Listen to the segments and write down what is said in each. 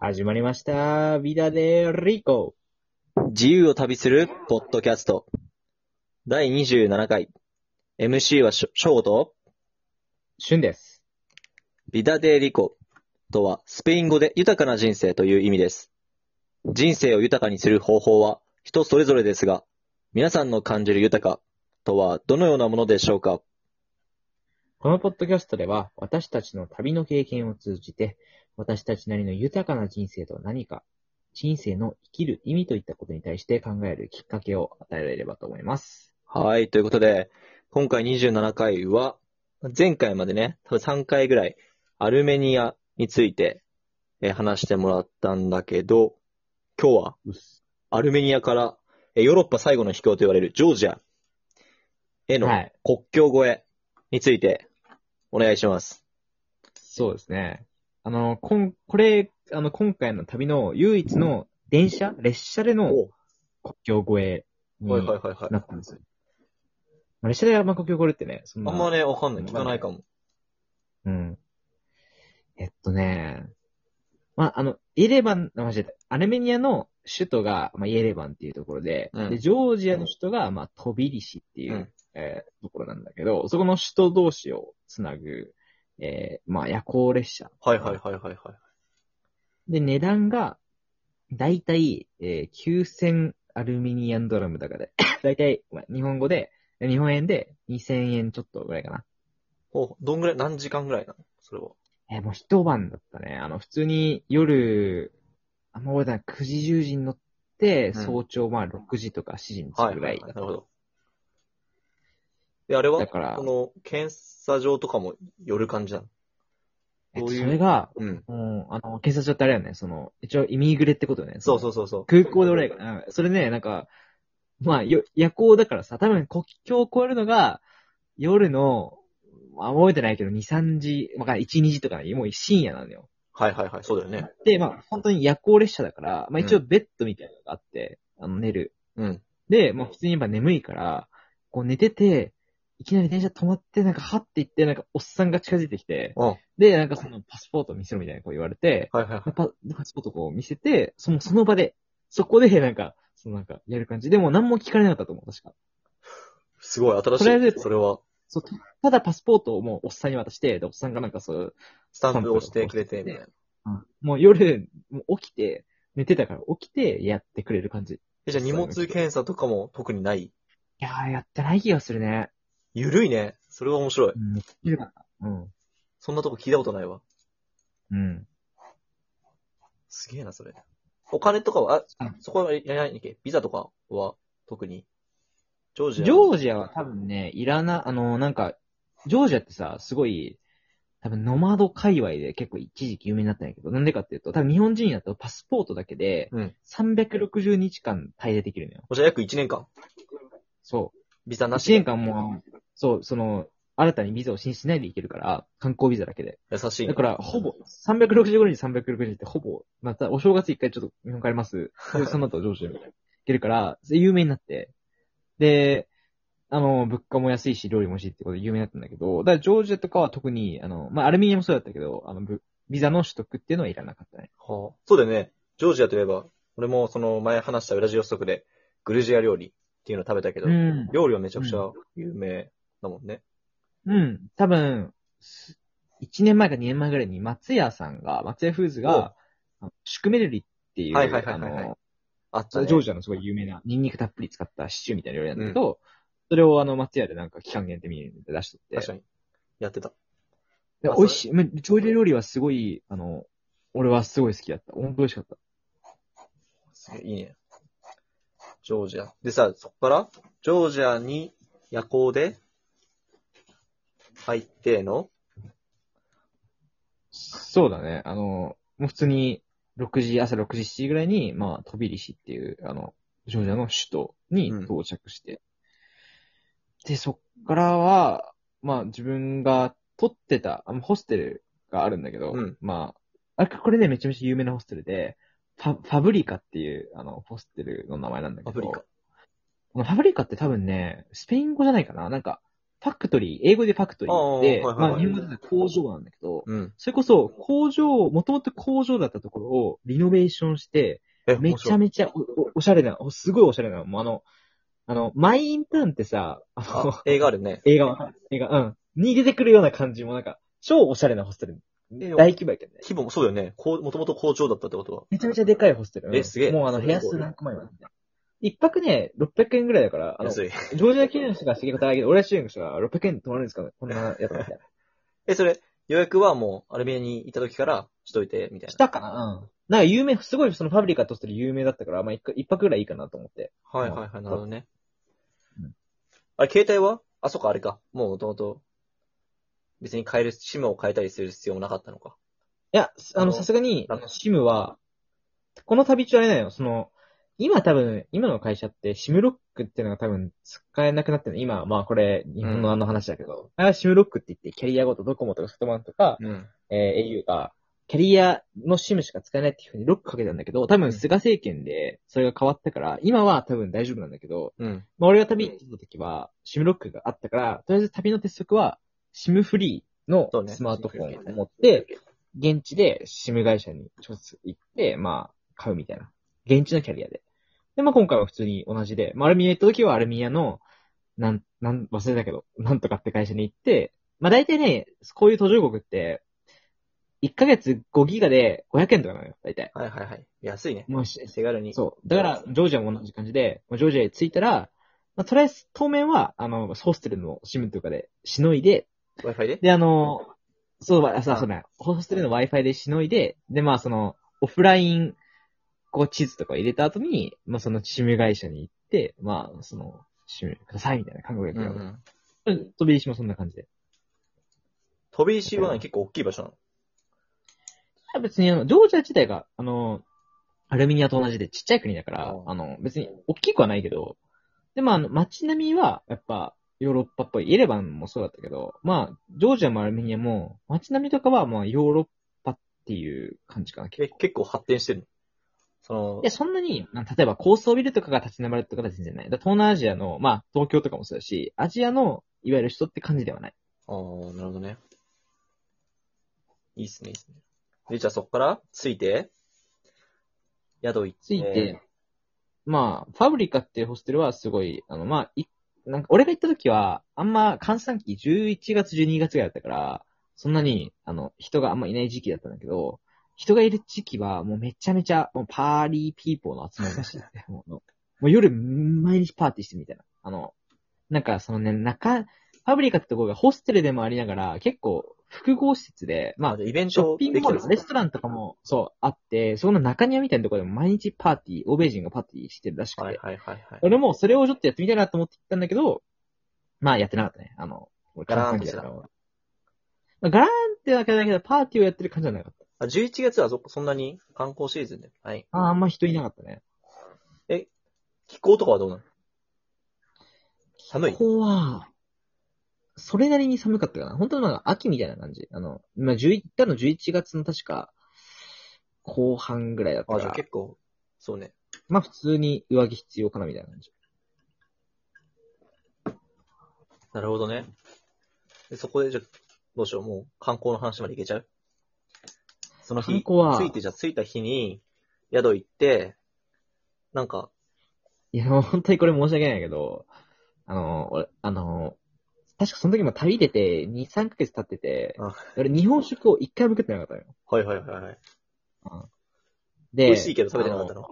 始まりました。ビダでリコ。自由を旅するポッドキャスト。第27回。MC はショショート、シュンです。ビダデリコとはスペイン語で豊かな人生という意味です。人生を豊かにする方法は人それぞれですが、皆さんの感じる豊かとはどのようなものでしょうかこのポッドキャストでは、私たちの旅の経験を通じて、私たちなりの豊かな人生とは何か、人生の生きる意味といったことに対して考えるきっかけを与えられればと思います。はい、ということで、今回27回は、前回までね、多分3回ぐらい、アルメニアについて、えー話してもらったんだけど、今日はうっすアルメニアからえーヨーロッパ最後の秘境と言われるジョージアへのはい。国境越えについてお願いします。そうですね。あの、こん、これ、あの、今回の旅の唯一の電車、列車でのお国境越えにはいはいはいはい。なったんですよ。まあ列車であんま国境越えるってね、そんあな。んまね、わかんない。聞かないかも。うん。えっとね、まあ、あの、イレバン、あ間違えた。アルメニアの首都が、まあ、イエレバンっていうところで、うんで、ジョージアの首都が、まあ、トビリシっていう、うんえーところなんだけど、そこの首都同士をつなぐ、えーまあ、夜行列車。はいはいはいはいはい。で、値段が、だいたい、えー9000アルミニアンドラムだからで、だいたい、まあ日本語で、日本円で2000円ちょっとぐらいかな。お、どんぐらい、何時間ぐらいなのそれは。えーもう一晩だったね。あの、普通に夜、あんま覚えてない、9時、10時に乗って、うん早朝、まあ、6時とか7時に着はくいぐはらいいはい。なるほど。で、あれはだからこの、検査場とかも寄る感じなのえどういうそれが、うん。もう、あの、警察署ってあれよね、その、一応、イミグレってことね。。そうそううそうそう。空港で俺らが、うん、それね、なんか、まあ、よ、夜行だからさ、多分国境を越えるのが、夜の、まあ、覚えてないけど、2、3時、まあ、1、2時とかね、もう深夜なのよ。はいはいはい。そうだよね。で、まあ、本当に夜行列車だから、まあ一応ベッドみたいなのがあって、あの、寝る。うん。で、まあ普通にやっぱ眠いから、こう寝てて、いきなり電車止まって、なんか、はって言って、なんか、おっさんが近づいてきて、うん。はいで、なんかその、パスポート見せろみたいなこう言われて、はいはパい。パスポートこう見せて、その、その場で、そこで、なんか、そのなんか、やる感じ。でも、何も聞かれなかったと思う、確か。すごい、新しとい。りあえずそれは、そう、たただパスポートをもうおっさんに渡して、で、おっさんがなんかそう、スタンプを押してくれて、みたいな。もう夜、もう起きて、寝てたから起きてやってくれる感じ。いえ、じゃあ荷物検査とかも特にないやー、やってない気がするね。ゆるいね。それは面白い。うん、めっちゃ緩かった。うん。そんなとこ聞いたことないわ。うん。すげえな、それ。お金とかは、うあん、そこはいらないんだっけビザとかは、特に。ジョージジア。ョージアは多分ね、いらな、あの、なんか、ジョージアってさ、すごい、多分ノマド界隈で結構一時期有名になったんやけど、なんでかっていうと、多分日本人だとパスポートだけでうん、 360日間滞在できるのよ。もし約1年間。そビザう。な1しで。年間もう、そう、その、新たにビザを申請しないでいけるから、観光ビザだけで。優しいね。だから、ほぼ、365日360日ってほぼ、またお正月一回ちょっと日本帰り ます。でその後上司に行けるから、それ有名になって。で、あの、物価も安いし、料理も美味しいってことで有名になったんだけど、だからジョージアとかは特に、あの、まあ、アルミニアもそうだったけど、あの、ぶビザの取得っていうのはいらなかったね。はあそうだよね。ジョージアといえば、俺もその前話したウラジオストクで、グルジア料理っていうのを食べたけど、ん。料理はめちゃくちゃ有名だもんね。うん。多分、す1年前か2年前ぐらいに松屋さんが、松屋フーズが、あのシュクメルリっていう、はいはいはいはいはいあの、あったね。ジョージジアのすごい有名な、ニンニクたっぷり使ったシチューみたいな料理なんだけど、それをあの、松屋でなんか期間限定メニューで出しとって。確かに。やってた。であ美味しい。まジョージア料理はすごい、あの、俺はすごい好きだった。本当美味しかった。すげえいいね。ジョージア。でさ、そこから、ジョージアに夜行で入っての、そうだね。あの、もう普通に、6時、朝6時、7時ぐらいに、まあ、飛びリシっていう、あの、ジョージアの首都にうん到着して。で、そっからは、まあ、自分が取ってた、あの、ホステルがあるんだけど、うんまあ、あ、これね、めちゃめちゃ有名なホステルで、ファファブリカっていう、あの、ホステルの名前なんだけど、アフリカ。このファブリカって多分ね、スペイン語じゃないかななんか、ファクトリー、英語でファクトリーで、ああはいまはいあはい日本語で工場なんだけど、うん。それこそ工場、もともと工場だったところをリノベーションして、え、めちゃめちめちゃおおおしゃれな、おすごいおしゃれな、もうあの、あの、マイインターンってさ、あ の、ゃ。映画あるね。映画、映画、うん、に出てくるような感じもなんか、超おしゃれなホステル。え大規模やけどね。規模もそうだよね。こう、もともと校長だったってことは。めちゃめちゃでかいホステル。うんえすげえもうあの、部屋数何個前まで。一泊ね、600円ぐらいだから、あの、ジ安い。 ョージア系の人が結構高いけど、俺ら主演の人が600円泊まるんですかねこんなやつ みたいな。え、それ、予約はもう、アルビアに行った時からしといて、みたいしたかなうん。なんか有名、すごいそのファブリカとしてる有名だったから、まあ一回一泊ぐらいいいかなと思って。な。はいはいはい、なるほどねうん。あれ、携帯はあ、そっか、あれか。もう、もともと、別に変える、シムを変えたりする必要もなかったのか。いや、ああのの、さすがに、ああのの、シムは、この旅中あれだよ、その、今多分、今の会社って、シムロックっていうのが多分使えなくなってるの。今、まあこれ、日本のあの話だけど、あれはシムロックって言って、キャリアごとドコモとかソフトバンクとか、うん。えー、au が、キャリアのシムしか使えないっていうふうにロックかけたんだけど、多うん分菅政権でそれが変わったから、今は多分大丈夫なんだけど、うん。まあ俺が旅に行った時は、シムロックがあったから、とりあえず旅の鉄則は、シムフリーのそうねスマートフォンを持って、、現地で SIM 会社に直接行って、まあ、買うみたいな。現地のキャリアで。で、まあ今回は普通に同じで、まあアルミア行った時はアルミアの、なん、なん、忘れたけど、なんとかって会社に行って、まあ大体ね、こういう途上国って、1ヶ月5ギガで500円とかなのよ、大体。はいはいはい。安いね。もうし手軽に。そう。だから、ジョージアも同じ感じで、まあジョージアに着いたら、まあとりあえず当面は、あの、ホステルの SIM とかでしのいで、 Wi-Fi でで、あの、そう、わそうあそうね。ホステルの Wi-Fi でしのいで、で、まあ、その、オフライン、こう、地図とかを入れた後に、まあ、その、シム会社に行って、まあ、その、シムください、みたいな韓国うんうでやん。る。飛び石もそんな感じで。飛び石はね結構大きい場所なの。あ別に、あの、ジョージア自体が、あの、アルミニアと同じでちっちゃい国だからう、んあの、別に大きくはないけど、でもあの、街並みは、やっぱ、ヨーロッパっぽい。イレバンもそうだったけど、まあ、ジョージアもアルミニアも、街並みとかは、まあ、ヨーロッパっていう感じかな。え、結構発展してるのそのいや、、そんなに、まあ例えば高層ビルとかが立ち並ぶとかは全然ない。だから東南アジアの、まあ、東京とかもそうだし、アジアの、いわゆる人って感じではない。ああ、なるほどね。いいっすね、いいっすね。で、じゃあそっから、ついて、宿行って。ついて、まあ、ファブリカっていうホステルはすごい、あの、まあ、い、なんか、俺が行った時は、あんま、閑散期11月、12月ぐらいだったから、そんなに、あの、人があんまいない時期だったんだけど、人がいる時期は、もうめちゃめちゃ、もうパーリーピーポーの集まりだし、もうもう夜、毎日パーティーしてるみたいな。あの、なんか、そのね、中、ファブリカってところがホステルでもありながら、結構、複合施設で、まああ、、じゃあイベンショットピングできモたーのル、レストランとかも、そう、あって、そこの中庭みたいなところでも毎日パーティー、欧米人がパーティーしてるらしくて、はいはいはいはい。俺もそれをちょっとやってみたいなと思って行ったんだけど、まあやってなかったね。あの、俺、ガラーンと閑散期だしたから。まあガラーンってわけだけど、パーティーをやってる感じじゃなかった。あ11月はそ、そんなに観光シーズンで。はい。ああ、あんま人いなかったね。気候とかはどうなの寒いここは、それなりに寒かったかな。本当になんか秋みたいな感じ。あの、まあ、11、行ったの11月の確か、後半ぐらいだったあ、かじゃあら、結構、そうね。まあ普通に上着必要かなみたいな感じ。なるほどね。でそこで、じゃあどうしよう。もう観光の話まで行けちゃうその日、観光はついて、じゃあ着いた日に、宿行って、なんか、いや、本当にこれ申し訳ないけど、あの、俺、あの、確かその時も旅出て2、3ヶ月経っててあ、俺日本食を1回も食ってなかったのよ。はいはいはいはい。で、美味しいけど食べてなかったの。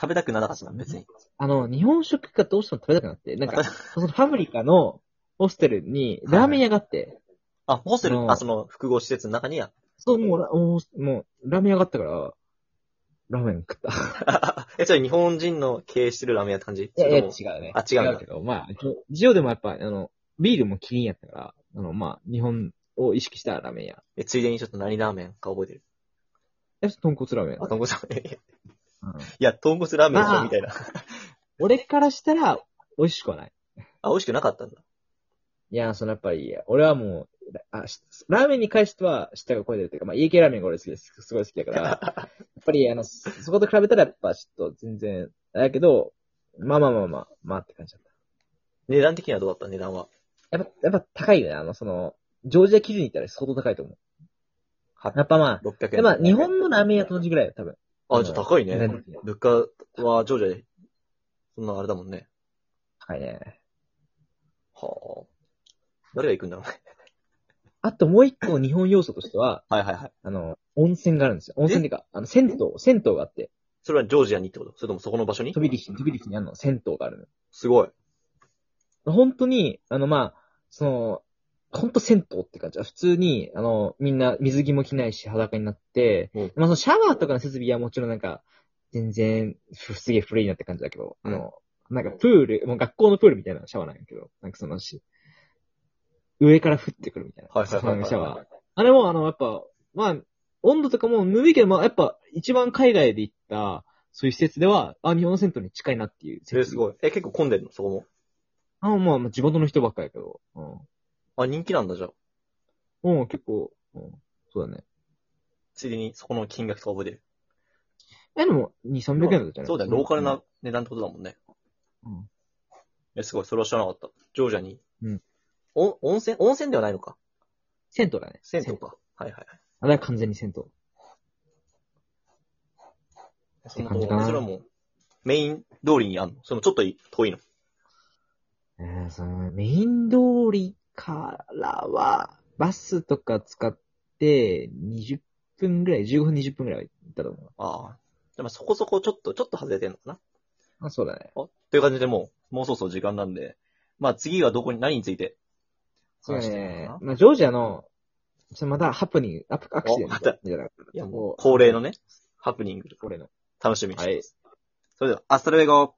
食べたくなかったな、別に。あの、あの日本食がどうしても食べたくなって、なんあか、そのファブリカのホステルにラーメン屋があって、あ、ホステあル、のあ、その複合施設の中にや。そう、もうラ、もう、もうラーメン屋があったから、ラーメン食った。 え、それ日本人の経営してるラーメン屋って感じいやいや、違それともうね。あ違うんだけど、まあ、ジオでもやっぱ、あの、ビールもキリンやったから、あの、まあ、日本を意識したラーメン屋。え、ついでにちょっと何ラーメンか覚えてる。え、豚骨ラーメン。あ、豚骨ラーメン。いうんや、豚骨ラーメンでしまょあみたいな。俺からしたら、美味しくはない。あ、美味しくなかったんだ。いや、そのやっぱり、俺はもう、あしラーメンに関しては、舌が超えてるというか、まあ、家系ラーメンが俺好きです。すごい好き だから、やっぱり、あの、そそこと比べたら、やっぱ、ちょっと全然、だけど、まあまあまあまあ、まあって感じだっ値段的にはどうだった値段は。た。やっぱ、やっぱ高いよね。あの、その、ジョージア基準に行ったら相当高いと思う。やっぱまあ、 600円。やっぱ日本のラーメン屋と同じぐらいだよ、多分。あ、じゃあ高いね。値段的には物価は、ジョージアで、そんなあれだもんね。高いね。はあ。誰が行くんだろうね。あともう一個日本要素としては、はいはいはい。あの、温泉があるんですよ。温泉っていうか、あの、銭湯、銭湯があって、それはジョージアにってことそれともそこの場所に飛び力、飛び力にあるの、銭湯があるすごい。の。本当に、あの、まあ、その、本当銭湯って感じは、普通に、あの、みんな水着も着ないし、裸になって、うんまあ、そのシャワーとかの設備はもちろんなんか、全然、ふすげえ古いなって感じだけど、うんあの、なんかプール、もう学校のプールみたいなシャワーなんやけど、なんかそのし、上から降ってくるみたいな。はいはいはいはいそのシャワー。あれも、あの、やっぱ、まあ、温度とかもぬるいけど、まあ、やっぱ、一番海外で行った、そういう施設では、あ、日本の銭湯に近いなっていう設え備。すごい。え、結構混んでるのそこも。あ、まあ、まあ、地元の人ばっかやけど、うん。あ、人気なんだ、じゃあ。うん、結構、うん、そうだね。ついでに、そこの金額とか覚えてる。え、でも、2、300円だったじゃないそうだよ、ローカルな。値段ってことだもんね。うんえ、すごい、それは知らなかった。ジョージアに。うん。お、温泉、温泉ではないのか。銭湯だね。銭湯か。はいはいはい。あれは完全に銭湯。そんな感じとかこなそれはもう、メイン通りにあるのそれもちょっとい遠いの。えー、その、メイン通りからは、バスとか使って、20分ぐらい、15分20分ぐらいは行ったと思う。ああ。でもそこそこちょっと、ちょっと外れてんのかなあ、そうだね。あという感じでもう、もうそろそろ時間なんで、まあ次はどこに、何についてそう話だしてるのねかな。まあ、ジョージアの、ちょまたハプニング、アプアクシデンおまたトみたいな。いやもう、恒例のね、ハプニング、これの。楽しみにしてます。はいそれでは、アスタルエゴ